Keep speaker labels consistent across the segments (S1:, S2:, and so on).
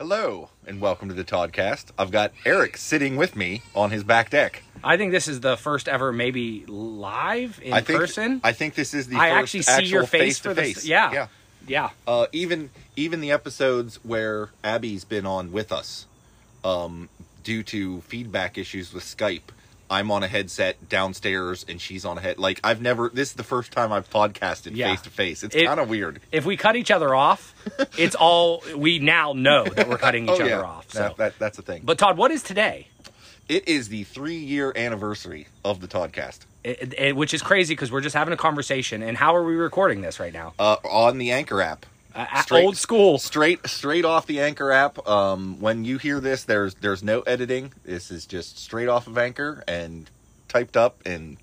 S1: Hello, and welcome to the Toddcast. I've got Eric sitting with me on his back deck.
S2: I think this is the first ever, maybe live in
S1: I think,
S2: person.
S1: I think this is the
S2: I
S1: first
S2: actually see your
S1: actual
S2: face for
S1: face-to-face.
S2: this. Yeah.
S1: yeah.
S2: yeah,
S1: Uh, even even the episodes where Abby's been on with us, um, due to feedback issues with Skype, I'm on a headset downstairs and she's on a head. Like I've never. This is the first time I've podcasted
S2: Yeah.
S1: face to face. It's
S2: It-
S1: kind of weird.
S2: If we cut each other off, it's all we now know that we're
S1: Oh,
S2: cutting each other off. So,
S1: That- that- that's the thing.
S2: but Todd, what is today?
S1: it is the three year anniversary of the Toddcast
S2: It, it- which is crazy because we're just having a conversation. And how are we recording this right now?
S1: uh, on the Anchor app.
S2: Uh, uh,
S1: Straight-
S2: old school.
S1: Straight, straight off the Anchor app. Um, when you hear this, there's there's no editing. This is just straight off of Anchor and typed up and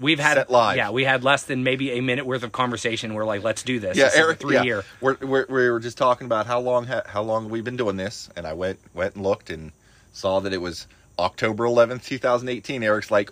S2: We've had
S1: set live.
S2: Yeah, we had less than maybe a minute worth of conversation. We're like, let's do this.
S1: yeah,
S2: This is a
S1: Eric.
S2: three
S1: yeah.
S2: year.
S1: We're, we're we were just talking about how long ha- how long we've been doing this, and I went went and looked and saw that it was October eleventh, two thousand eighteen. Eric's like,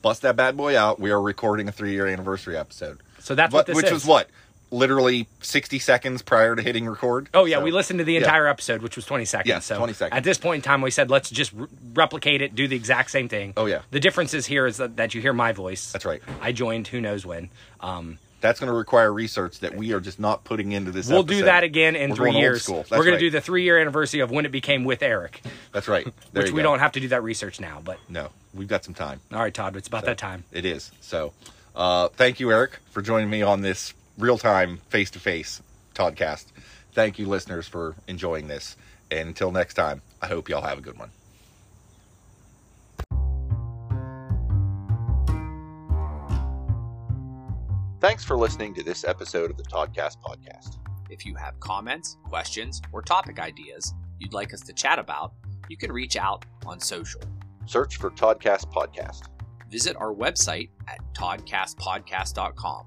S1: bust that bad boy out. We are recording a three year anniversary episode.
S2: So that's
S1: But-
S2: what this
S1: which
S2: is.
S1: was what literally sixty seconds prior to hitting record.
S2: Oh yeah,
S1: So-
S2: we listened to the
S1: yeah.
S2: entire episode, which was twenty seconds.
S1: Yes,
S2: so
S1: 20 seconds.
S2: At this point in time, we said let's just re- replicate it, do the exact same thing.
S1: Oh, yeah.
S2: The difference is here is that, that you hear my voice.
S1: That's right.
S2: I joined. Who knows when? Um,
S1: That's going to require research that we are just not putting into this.
S2: we'll do
S1: episode.
S2: that again in
S1: We're
S2: three
S1: going old
S2: years.
S1: school.
S2: We're
S1: That's
S2: going
S1: right.
S2: to do the three-year anniversary of when it became with Eric,
S1: That's right. There
S2: which
S1: you
S2: we
S1: go.
S2: don't have to do that research now. But
S1: No, we've got some time.
S2: all right, Todd, it's about that time.
S1: It is. So, uh, thank you, Eric, for joining me on this real time, face to face Toddcast. Thank you, listeners, for enjoying this. And until next time, I hope y'all have a good one. Thanks for listening to this episode of the Toddcast podcast.
S3: If you have comments, questions, or topic ideas you'd like us to chat about, you can reach out on social.
S1: Search for Toddcast podcast.
S3: Visit our website at toddcastpodcast.com